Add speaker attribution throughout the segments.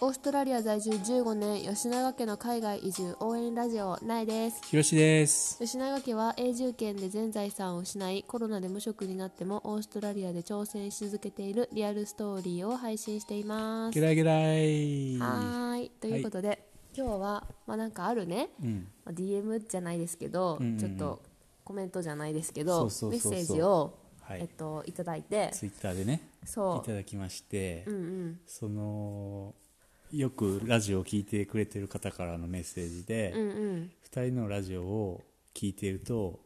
Speaker 1: オーストラリア在住15年吉永家の海外移住応援ラジオないです
Speaker 2: ひろしです。
Speaker 1: 吉永家は永住権で全財産を失いコロナで無職になってもオーストラリアで挑戦し続けているリアルストーリーを配信しています
Speaker 2: ゲラゲラい。
Speaker 1: はーいということで、今日はまあなんかあるね、
Speaker 2: うん。
Speaker 1: まあ DM じゃないですけど、
Speaker 2: うんうんうん
Speaker 1: ちょっとコメントじゃないですけど
Speaker 2: そうそうそうそう
Speaker 1: メッセージを、
Speaker 2: はい
Speaker 1: えっと、いただいて
Speaker 2: ツイッターでね、い
Speaker 1: そ
Speaker 2: ただきまして、
Speaker 1: う、うんうん、
Speaker 2: その、よくラジオを聞いてくれてる方からのメッセージで、
Speaker 1: うんうん
Speaker 2: 2人のラジオを聞いてると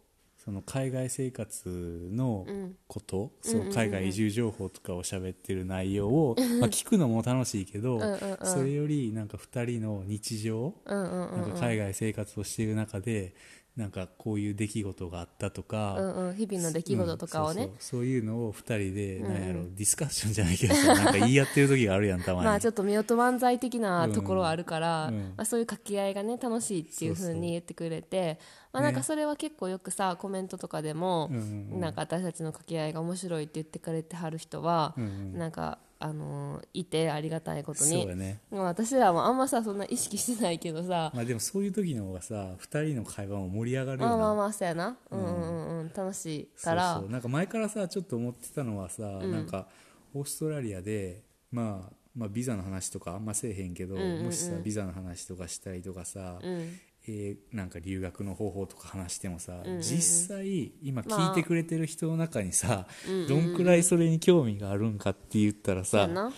Speaker 2: その海外生活のこと、その海外移住情報とかを喋ってる内容を、まあ、聞くのも楽しいけど、
Speaker 1: んうんうん
Speaker 2: それよりなんか2人の日常、
Speaker 1: うんうん
Speaker 2: なんか海外生活をしている中でなんかこういう出来事があったとか、
Speaker 1: うんうん日々の出来事とかをね、
Speaker 2: うんそうそうそういうのを2人で、なんやろディスカッションじゃないけどさなんか言い合ってる時があるやんたまに。
Speaker 1: まあちょっと夫婦漫才的なところはあるから、
Speaker 2: うんうん
Speaker 1: まあ、そういう掛け合いがね楽しいっていうふうに言ってくれてまあ、なんかそれは結構よくさコメントとかでも、
Speaker 2: うんうんうん
Speaker 1: なんか私たちの掛け合いが面白いって言ってくれてはる人は、
Speaker 2: うんうん
Speaker 1: なんか、あのーいてありがたいこと
Speaker 2: そう
Speaker 1: に
Speaker 2: やね
Speaker 1: まあ私らはあんまさそんな意識してないけどさ、
Speaker 2: まあでもそういう時の方がさ2人の会話も盛り上がるよ
Speaker 1: まあ
Speaker 2: な
Speaker 1: まあまあそうやな、うんうんうんうん、楽しいから
Speaker 2: そうそうなんか前からさちょっと思ってたのはさ、なんかオーストラリアで、まあ、まあビザの話とかあんませえへんけど、もしさビザの話とかしたりとかさ、
Speaker 1: ん
Speaker 2: えーなんか留学の方法とか話してもさ、実際今聞いてくれてる人の中にさ、どんくらいそれに興味があるんかって言ったら
Speaker 1: そう
Speaker 2: さ、
Speaker 1: やな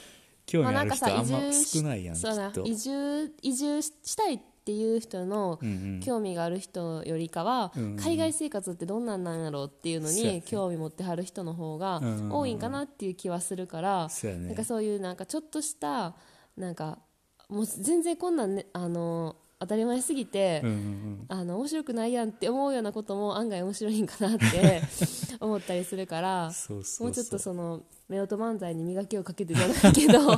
Speaker 2: 興
Speaker 1: まあな
Speaker 2: 味あ
Speaker 1: ん
Speaker 2: る
Speaker 1: か
Speaker 2: 人
Speaker 1: さ
Speaker 2: あ
Speaker 1: 移
Speaker 2: ん
Speaker 1: 住
Speaker 2: ま
Speaker 1: し
Speaker 2: 少ないやんき
Speaker 1: そうだ
Speaker 2: っと。
Speaker 1: 移住移住したいっていう人の
Speaker 2: うんうん
Speaker 1: 興味がある人よりかは、
Speaker 2: うんうん
Speaker 1: 海外生活ってどんなんなんやろうっていうの
Speaker 2: そうやね
Speaker 1: に興味持ってはる人の方が
Speaker 2: うんうんうん
Speaker 1: 多いんかなっていう気はするから、
Speaker 2: そうやね
Speaker 1: なんかそういうなんかちょっとしたなんかもう全然こんなん、ね、あの当たり前すぎて、
Speaker 2: うんうん
Speaker 1: あの面白くないやんって思うようなことも案外面白いんかなって 思ったりするから
Speaker 2: そうそうそう
Speaker 1: もうちょっとその夫婦漫才に磨きをかけてじゃないけ ど
Speaker 2: うん、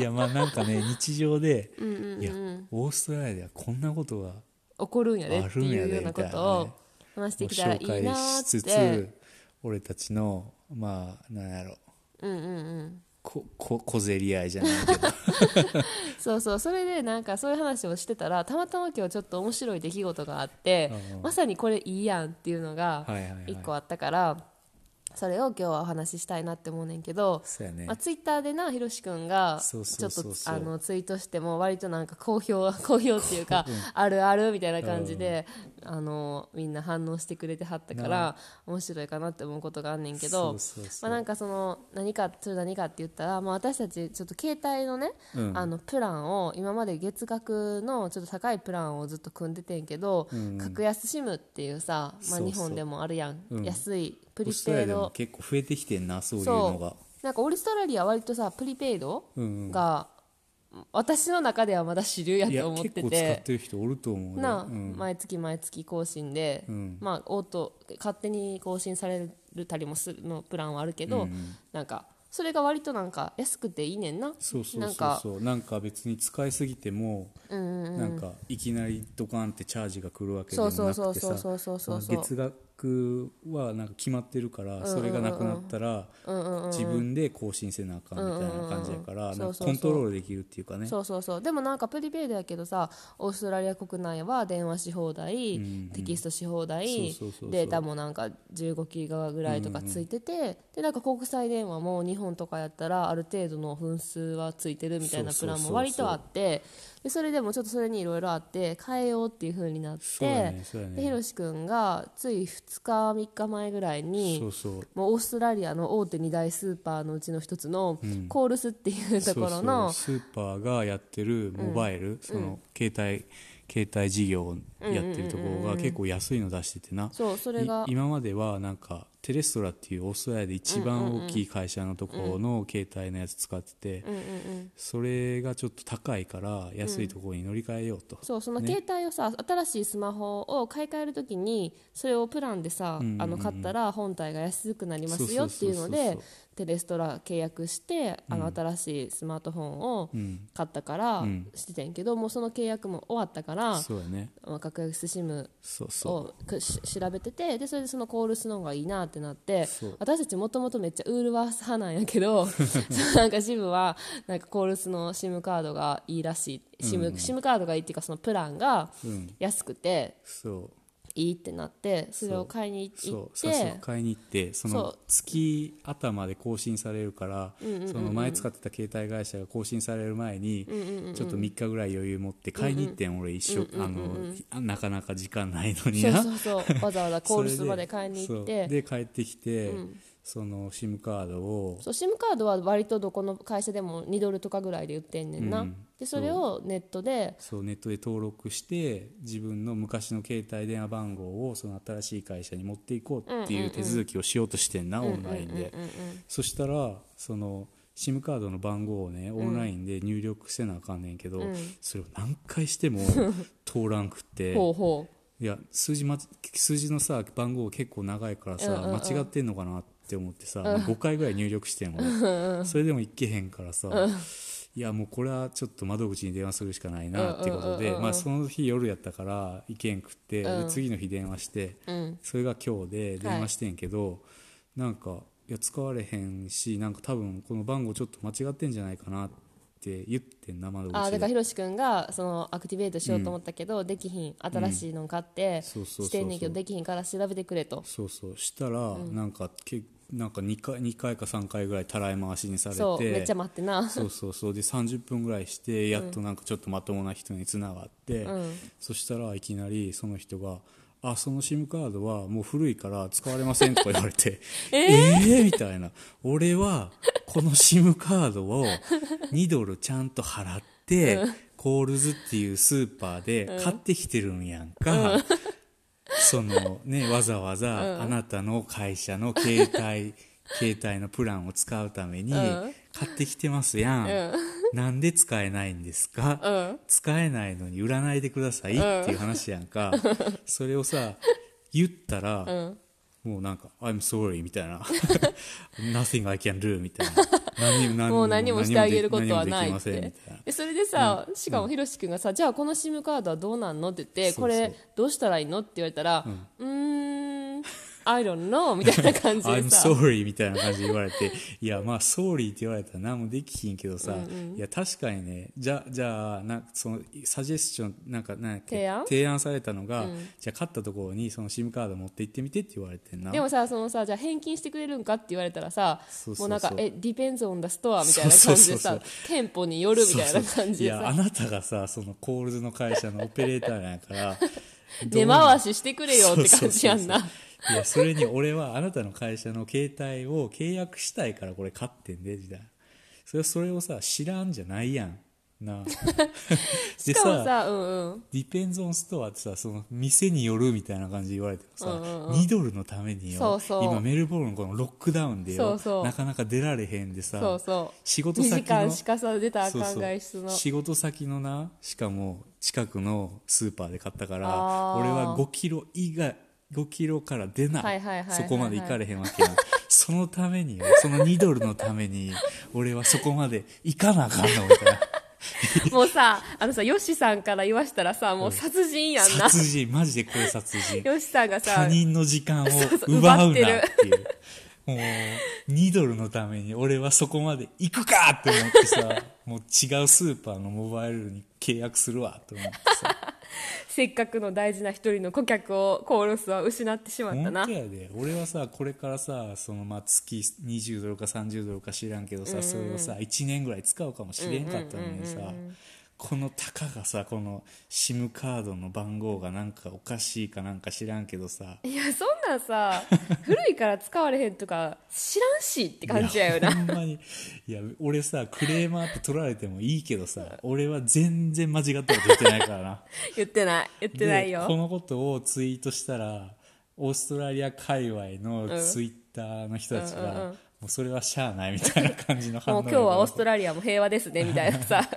Speaker 2: いやまあなんかね日常で
Speaker 1: うんうんうん
Speaker 2: いやオーストラリアではこんなことが
Speaker 1: 怒るんやでって
Speaker 2: ある
Speaker 1: い
Speaker 2: ん
Speaker 1: う
Speaker 2: や
Speaker 1: よう
Speaker 2: で
Speaker 1: なこ
Speaker 2: みたい
Speaker 1: と
Speaker 2: な
Speaker 1: を
Speaker 2: ね
Speaker 1: 話して
Speaker 2: ご
Speaker 1: きたらい
Speaker 2: 紹
Speaker 1: いな
Speaker 2: 介
Speaker 1: ー
Speaker 2: しつ
Speaker 1: って
Speaker 2: つ俺たちのまあなんやろ
Speaker 1: うんうんうん
Speaker 2: ここ小競り合いじゃないけど
Speaker 1: そうそうそれでなんかそういう話をしてたらたまたま今日ちょっと面白い出来事があって
Speaker 2: うんうん
Speaker 1: まさにこれいいやんっていうのが
Speaker 2: はいはいはい
Speaker 1: 一個あったから、それを今日はお話ししたいなって思うねんけど
Speaker 2: そうやね
Speaker 1: まあ、ツイッターでなひろし君がち
Speaker 2: そ
Speaker 1: ょ
Speaker 2: うそう
Speaker 1: っ
Speaker 2: そうそう
Speaker 1: とあのツイートしても割となんか好評 好評っていうかあるあるみたいな感じで、あのみんな反応してくれてはったから面白いかなって思うことがあんねんけど
Speaker 2: そうそうそ
Speaker 1: ま
Speaker 2: う
Speaker 1: あなんかその何かそれ何かって言ったら、まあ、私たちちょっと携帯のね、
Speaker 2: うん
Speaker 1: あのプランを今まで月額のちょっと高いプランをずっと組んでてんけど、格安シムっていうさ、ま
Speaker 2: そ
Speaker 1: あ、
Speaker 2: うそう
Speaker 1: 日本でもあるやん
Speaker 2: うん
Speaker 1: 安いプ
Speaker 2: オー
Speaker 1: リ
Speaker 2: ストラリ
Speaker 1: ペイ
Speaker 2: アでも
Speaker 1: ド
Speaker 2: 結構増えてきてんなそういうのが
Speaker 1: なんかオーストラリアは割とさプリペイド
Speaker 2: うんうん
Speaker 1: が、私の中ではまだ主流や
Speaker 2: いや
Speaker 1: と思っ
Speaker 2: 結
Speaker 1: て
Speaker 2: 構使っててる人おると思うよ
Speaker 1: なあ、
Speaker 2: うん
Speaker 1: 毎月毎月更新で、
Speaker 2: うん
Speaker 1: まあオート勝手に更新されるたりもするのプランはあるけど、なんかそれが割となんか安くていいねんな
Speaker 2: そうそう
Speaker 1: なん
Speaker 2: そうそう
Speaker 1: か
Speaker 2: そうなんか別に使いすぎても
Speaker 1: うんうんうん
Speaker 2: なんかいきなりドカンってチャージが来るわけでもなくて
Speaker 1: そうそう
Speaker 2: さ
Speaker 1: そうそうそうそう
Speaker 2: その月額はなんか決まってるからそれがなくなったら自分で更新せなあかんみたいな感じやか
Speaker 1: うんうんう
Speaker 2: ら
Speaker 1: ん
Speaker 2: なんか
Speaker 1: そうそうそう
Speaker 2: コントロールできるっていうかね
Speaker 1: そうそうそうでもなんかプリペイドやけどさオーストラリア国内は電話し放題、テキストし放題
Speaker 2: そうそうそうそう
Speaker 1: データもなんか15ギガぐらいとかついてて、でなんか国際電話も日本とかやったらある程度の分数はついてるみたいなプ
Speaker 2: そうそ
Speaker 1: ラ
Speaker 2: う
Speaker 1: ン
Speaker 2: そうそう
Speaker 1: も割とあってでそれでもちょっとそれにいろいろあって変えようっていう風になっ
Speaker 2: そうや
Speaker 1: て、
Speaker 2: ねそうやね
Speaker 1: でひろし君がつい2日3日前ぐらいに
Speaker 2: そうそう
Speaker 1: もうオーストラリアの大手2大スーパーのうちの一つのコールスっていうところの、
Speaker 2: そうそうスーパーがやってるモバイル、その携帯携帯事業をやってるところが結構安いの出しててな、
Speaker 1: そうそれが
Speaker 2: い今まではなんかテレストラっていうオーストラリアで一番大きい会社のところの携帯のやつ使ってて、それがちょっと高いから安いところに乗り換えようと、
Speaker 1: そうその携帯をさ、新しいスマホを買い替えるときにそれをプランでさ、あの買ったら本体が安くなりますよっていうの
Speaker 2: そうそうそう
Speaker 1: で
Speaker 2: そう
Speaker 1: テレストラ契約して、あの新しいスマートフォンを買ったから
Speaker 2: ん
Speaker 1: してたんやけど、もうその契約も終わったから、
Speaker 2: そうやね
Speaker 1: まあ、格安 SIM
Speaker 2: そうそう
Speaker 1: をくし調べててでそれでそのコールスの方がいいなってってなって
Speaker 2: そう
Speaker 1: 私たちもともとめっちゃウールワース派なんやけ どそうなんかシムはなんかコールスの SIM カードがいいらしい SIM,、SIM カードがいいっていうかそのプランが
Speaker 2: うん
Speaker 1: 安くて
Speaker 2: そう
Speaker 1: いいってなってそれを買いに行
Speaker 2: そ
Speaker 1: っ
Speaker 2: う早速
Speaker 1: て
Speaker 2: 買いに行って
Speaker 1: そ
Speaker 2: その
Speaker 1: う
Speaker 2: 月頭で更新されるからその前使ってた携帯会社が更新される前にちょっと3日ぐらい余裕持って買いに行ってん俺一緒あのなかなか時間ないのに
Speaker 1: そう
Speaker 2: な
Speaker 1: そうそうわざ わざコールス
Speaker 2: それ
Speaker 1: まで買いに行って
Speaker 2: そうで帰ってきてその SIM カードを
Speaker 1: そう SIM カードは割とどこの会社でも2ドルとかぐらいで売ってんねんな、
Speaker 2: うん
Speaker 1: でそれをネットで
Speaker 2: そうネットで登録して自分の昔の携帯電話番号をその新しい会社に持っていこうっていう手続きをしようとしてんな、オンラインで、そしたらその SIM カードの番号をねオンラインで入力せなあかんねんけど、それを何回して も通らんくって
Speaker 1: ほうほ
Speaker 2: いや数字,、ま、数字のさ番号結構長いからさ、
Speaker 1: うんうんうん
Speaker 2: 間違ってんのかなって思ってさ、5回ぐらい入力してん俺それでもいけへんからさ、いやもうこれはちょっと窓口に電話するしかないなってこと
Speaker 1: うんうん
Speaker 2: で、
Speaker 1: うんうん
Speaker 2: まあ、その日夜やったから行けんくって、で
Speaker 1: うん
Speaker 2: 次の日電話して
Speaker 1: う、うん、
Speaker 2: それが今日で電話してんけど、なんかいや使われへんしなんか多分この番号ちょっと間違ってんじゃないかなって言ってんな窓口で
Speaker 1: あーだからひろし君がそのアクティベートしようと思ったけど、できひん新しいの買って
Speaker 2: そうそうそうそう
Speaker 1: してんねんけどできひんから調べてくれと
Speaker 2: そうそうしたら、なんかけなんか2回 ,2 回か3回ぐらいたらい回しにされて
Speaker 1: そうめっちゃ待ってな
Speaker 2: そうそうそうで30分ぐらいしてやっとなんかちょっとまともな人につながって、
Speaker 1: ん
Speaker 2: そしたらいきなりその人が「あその SIM カードはもう古いから使われません」とか言われて「 ええーみたいな「俺はこの SIM カードを2ドルちゃんと払って、コールズっていうスーパーで買ってきてるんやんか。そのね、わざわざあなたの会社の携 帯、携帯のプランを使うために
Speaker 1: ん
Speaker 2: 買ってきてますやん。なんで使えないんですか、
Speaker 1: ん
Speaker 2: 使えないのに売らないでくださいっていう話や んか。それをさ、言ったら、もうなんか、I'm sorry みた いな。Nothing I can do みたいな。何も何
Speaker 1: もう何もしてあげることはない
Speaker 2: 何も
Speaker 1: っ
Speaker 2: できませ
Speaker 1: て
Speaker 2: んみたいな。
Speaker 1: でそれでさ、しかもひろし君がさ「じゃあこの SIM カードはどうなんの?」って言って「
Speaker 2: そうそう
Speaker 1: これどうしたらいいの?」って言われたら「うーん I don't know」みたいな感じで
Speaker 2: I'm
Speaker 1: さ
Speaker 2: sorry みたいな感じで言われて、 いや、まあ、sorry って言われたら何もできひんけどさ、いや、確かにね、じゃ、じゃあ、なその、サジェスション、なんか、なんやっけ
Speaker 1: 提案
Speaker 2: 提案されたのが、じゃあ、勝ったところに、その SIM カード持って行ってみてって言われてんな。
Speaker 1: でもさそのさじゃあ返金してくれるんかって言われたらさ
Speaker 2: そうそうそう
Speaker 1: もうなんか「えディペンズオンダストア」みたいな感じでさ
Speaker 2: そうそうそう
Speaker 1: 店舗によるみたいな
Speaker 2: そうそう
Speaker 1: 感じで
Speaker 2: いや、あ
Speaker 1: さ
Speaker 2: なたがさ、そのコールズの会社のオペレーターなん やから、どう
Speaker 1: 出回ししてくれよって感じやんな
Speaker 2: そうそうそうそういや、それに俺はあなたの会社の携帯を契約したいからこれ買ってんで、みたいな。それそれをさ、知らんじゃないやん。 なあで
Speaker 1: しかもさうんうん
Speaker 2: ディペンズオンストアってさ、その店によるみたいな感じで言われてもさ、2ドルのためによ、
Speaker 1: そうそう
Speaker 2: 今メルボルンのこのロックダウンでよ
Speaker 1: そうそう
Speaker 2: なかなか出られへんでさ、
Speaker 1: そうそう
Speaker 2: 仕事
Speaker 1: 2時
Speaker 2: 先の
Speaker 1: 間しかさ出たらあ
Speaker 2: そう
Speaker 1: かん
Speaker 2: そう
Speaker 1: 外出の
Speaker 2: 仕事先のなしかも近くのスーパーで買ったから
Speaker 1: あー
Speaker 2: 俺は5キロ以外5キロから出ない,、
Speaker 1: はいはいはいはいはい
Speaker 2: そこまで行かれへんわ けやんそのためによその2ドルのために俺はそこまで行かなあかんのみたいな
Speaker 1: もうさあのさヨシさんから言わしたらさもう殺人やんな
Speaker 2: 殺人マジでこれ殺人
Speaker 1: ヨシさんが
Speaker 2: 他
Speaker 1: さ
Speaker 2: 人の時間を
Speaker 1: そうそう
Speaker 2: 奪うな
Speaker 1: 奪
Speaker 2: っ
Speaker 1: ってて
Speaker 2: い
Speaker 1: る
Speaker 2: うもう2ドルのために俺はそこまで行くかって思ってさ もう違うスーパーのモバイルに契約するわと思ってさ
Speaker 1: せっかくの大事な一人の顧客をコールスは失ってしまったな
Speaker 2: 本当やで俺はさこれからさそのまあ月20ドルか30ドルか知らんけどさ、それをさ1年ぐらい使うかもしれんかったのにさ、このたかがさこの SIM カードの番号がなんかおかしいかなんか知らんけどさ
Speaker 1: いやそんなん さ古いから使われへんとか知らんしって感じやよ
Speaker 2: い
Speaker 1: な
Speaker 2: ほんまにいや俺さクレーマーって取られてもいいけどさ俺は全然間違ったこと言ってないからな
Speaker 1: 言ってない 言ってない
Speaker 2: でこ
Speaker 1: よ
Speaker 2: のことをツイートしたらオーストラリア界隈のツイッターの人たちが、
Speaker 1: うんうんうん
Speaker 2: もうそれはしゃあないみたいな感じの反
Speaker 1: もう
Speaker 2: 応
Speaker 1: 今日はオーストラリアも平和ですねみたいな さ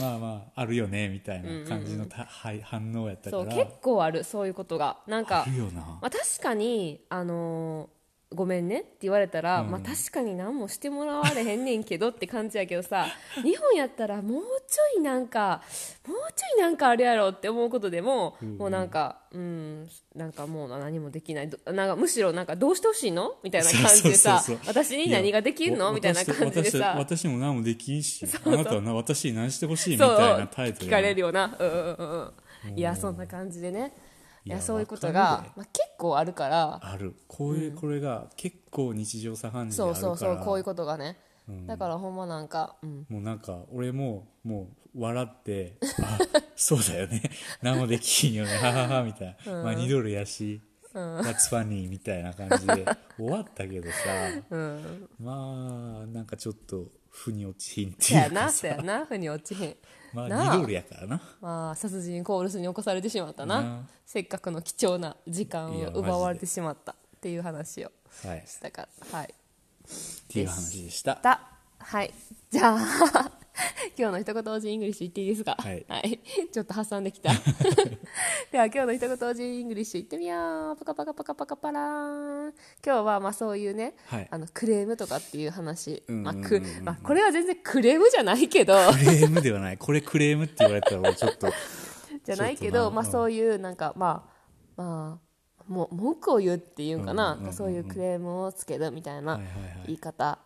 Speaker 2: まあまああるよねみたいな感じのた、はい反応やったか
Speaker 1: そ
Speaker 2: ら
Speaker 1: う結構あるそういうことがなんか
Speaker 2: あるよな
Speaker 1: まあ、確かに、あのーごめんねって言われたら、
Speaker 2: うん
Speaker 1: まあ確かに何もしてもらわれへんねんけどって感じやけどさ 日本やったらもうちょいなんかもうちょいなんかあるやろって思うことでも、もうなんかうんなんかもう何もできないどなんかむしろなんかどうしてほしいのみたいな感じでさ
Speaker 2: そうそうそうそう
Speaker 1: 私に何ができる
Speaker 2: いや
Speaker 1: のみたいな感じで
Speaker 2: 私
Speaker 1: さ
Speaker 2: 私私も何もできんしあなたはな私に何してほしいみ
Speaker 1: そう
Speaker 2: たいなタイトル
Speaker 1: 聞
Speaker 2: や
Speaker 1: か
Speaker 2: な
Speaker 1: れるよなうんうんうんうんいやそんな感じでねい
Speaker 2: い
Speaker 1: や
Speaker 2: や
Speaker 1: そういうこと
Speaker 2: わか
Speaker 1: が
Speaker 2: る、で
Speaker 1: まあ、結構あるから
Speaker 2: あるこういう、これが結構日常茶飯事で
Speaker 1: そう
Speaker 2: あるから
Speaker 1: そうそうこういうことがね、だからほんまなんか、うん、
Speaker 2: もうなんか俺ももう笑って「あそうだよね 何もできんよねははは」みたいな「まあ2ドルやし、That's funny」みたいな感じ で終わったけどさ、まあなんかちょっと負に落ちひんって
Speaker 1: そ
Speaker 2: い
Speaker 1: や
Speaker 2: うか
Speaker 1: な
Speaker 2: さ
Speaker 1: そやなふに落ちへん
Speaker 2: まあ
Speaker 1: なあ
Speaker 2: 2ドルやからな
Speaker 1: まあ殺人コールスに起こされてしまったな
Speaker 2: な
Speaker 1: せっかくの貴重な時間
Speaker 2: いや
Speaker 1: を
Speaker 2: マジで
Speaker 1: 奪われてしまったっていう話を
Speaker 2: はいっ
Speaker 1: したからはい
Speaker 2: ていう話でした
Speaker 1: だはいじゃあ 今日の一言おじイングリッシュ言っていいですか
Speaker 2: はい
Speaker 1: ちょっと挟んでき たでは今日の一言おじイングリッシュ言ってみようパカパカパカパカパラーン今日はまあそういうね、
Speaker 2: はい
Speaker 1: あのクレームとかっていう話、
Speaker 2: うんうん
Speaker 1: ま
Speaker 2: う
Speaker 1: あ
Speaker 2: んうん
Speaker 1: くまあ、これは全然クレームじゃないけ ど
Speaker 2: クレームではないこれクレームって言われたら俺ちょっと
Speaker 1: じゃないけ
Speaker 2: ちょっ
Speaker 1: ど、
Speaker 2: とな
Speaker 1: まあ、
Speaker 2: うん
Speaker 1: そういうなんか、まあまあ、もう文句を言うっていうんかな、
Speaker 2: うんうんうんうん
Speaker 1: そういうクレームをつけるみたいな
Speaker 2: はいはいはい
Speaker 1: 言い方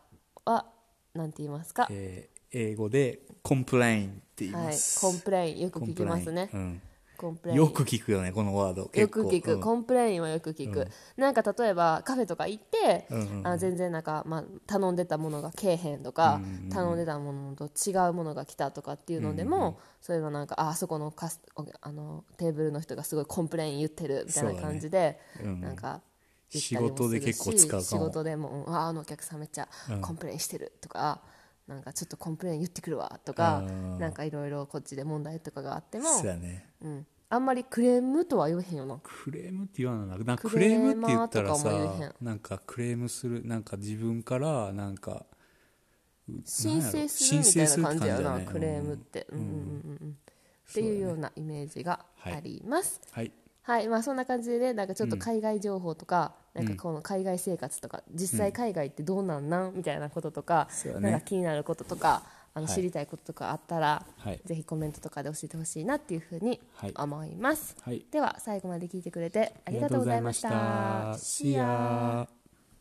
Speaker 1: はなんて言いますか、
Speaker 2: えー英語でコンプラインって言い
Speaker 1: は
Speaker 2: ま
Speaker 1: い、
Speaker 2: す、
Speaker 1: コンプレインよく
Speaker 2: コ
Speaker 1: 聞
Speaker 2: ン
Speaker 1: き
Speaker 2: プラ
Speaker 1: ま
Speaker 2: イン
Speaker 1: すね
Speaker 2: うん
Speaker 1: コンプレイン
Speaker 2: よく聞くよねこのワード
Speaker 1: よ
Speaker 2: 結
Speaker 1: く
Speaker 2: 構
Speaker 1: 聞く、
Speaker 2: うん
Speaker 1: コンプレインはよく聞く、なんか例えばカフェとか行って、
Speaker 2: うんうんうん
Speaker 1: あ全然なんか、まあ、頼んでたものがけえへんとか、頼んでたものと違うものが来たとかっていうのでも、そういうのなんかああそこのカスおあのテーブルの人がすごいコンプレイン言ってるみたいな感じで、
Speaker 2: そうだねうん
Speaker 1: なんか言った
Speaker 2: 仕
Speaker 1: りもするし。
Speaker 2: 事で結構使うかも
Speaker 1: 仕事でも、うんああのお客さんめっちゃコンプレインしてるとか、なんかちょっとコンプレイン言ってくるわとか、
Speaker 2: うん
Speaker 1: なんかいろいろこっちで問題とかがあっても、
Speaker 2: そうやね
Speaker 1: うん、あんまりクレームとは言わへんよな
Speaker 2: クレームって言わないななんか
Speaker 1: ク
Speaker 2: ク
Speaker 1: レ
Speaker 2: レ
Speaker 1: ー
Speaker 2: ー
Speaker 1: マー
Speaker 2: ムって言ったら
Speaker 1: とかも言えへん
Speaker 2: さなんかクレームするなんか自分からなんか
Speaker 1: 申請するみたいな感じやなクレームって、うんうんうんうん、っていうようなイメージがあります、
Speaker 2: はい
Speaker 1: はいまあ、そんな感じでねなんかちょっと海外情報とか,、なんかこの海外生活とか実際海外ってどうなんなんみたいなこととか,、
Speaker 2: そうやね
Speaker 1: なんか気になることとかあの
Speaker 2: はい
Speaker 1: 知りたいこととかあったら、
Speaker 2: はい
Speaker 1: ぜひコメントとかで教えてほしいなっていうふうに
Speaker 2: はい
Speaker 1: 思います、
Speaker 2: はい
Speaker 1: では最後まで聞いてくれてありがとうございました。
Speaker 2: ありがとうございました See ya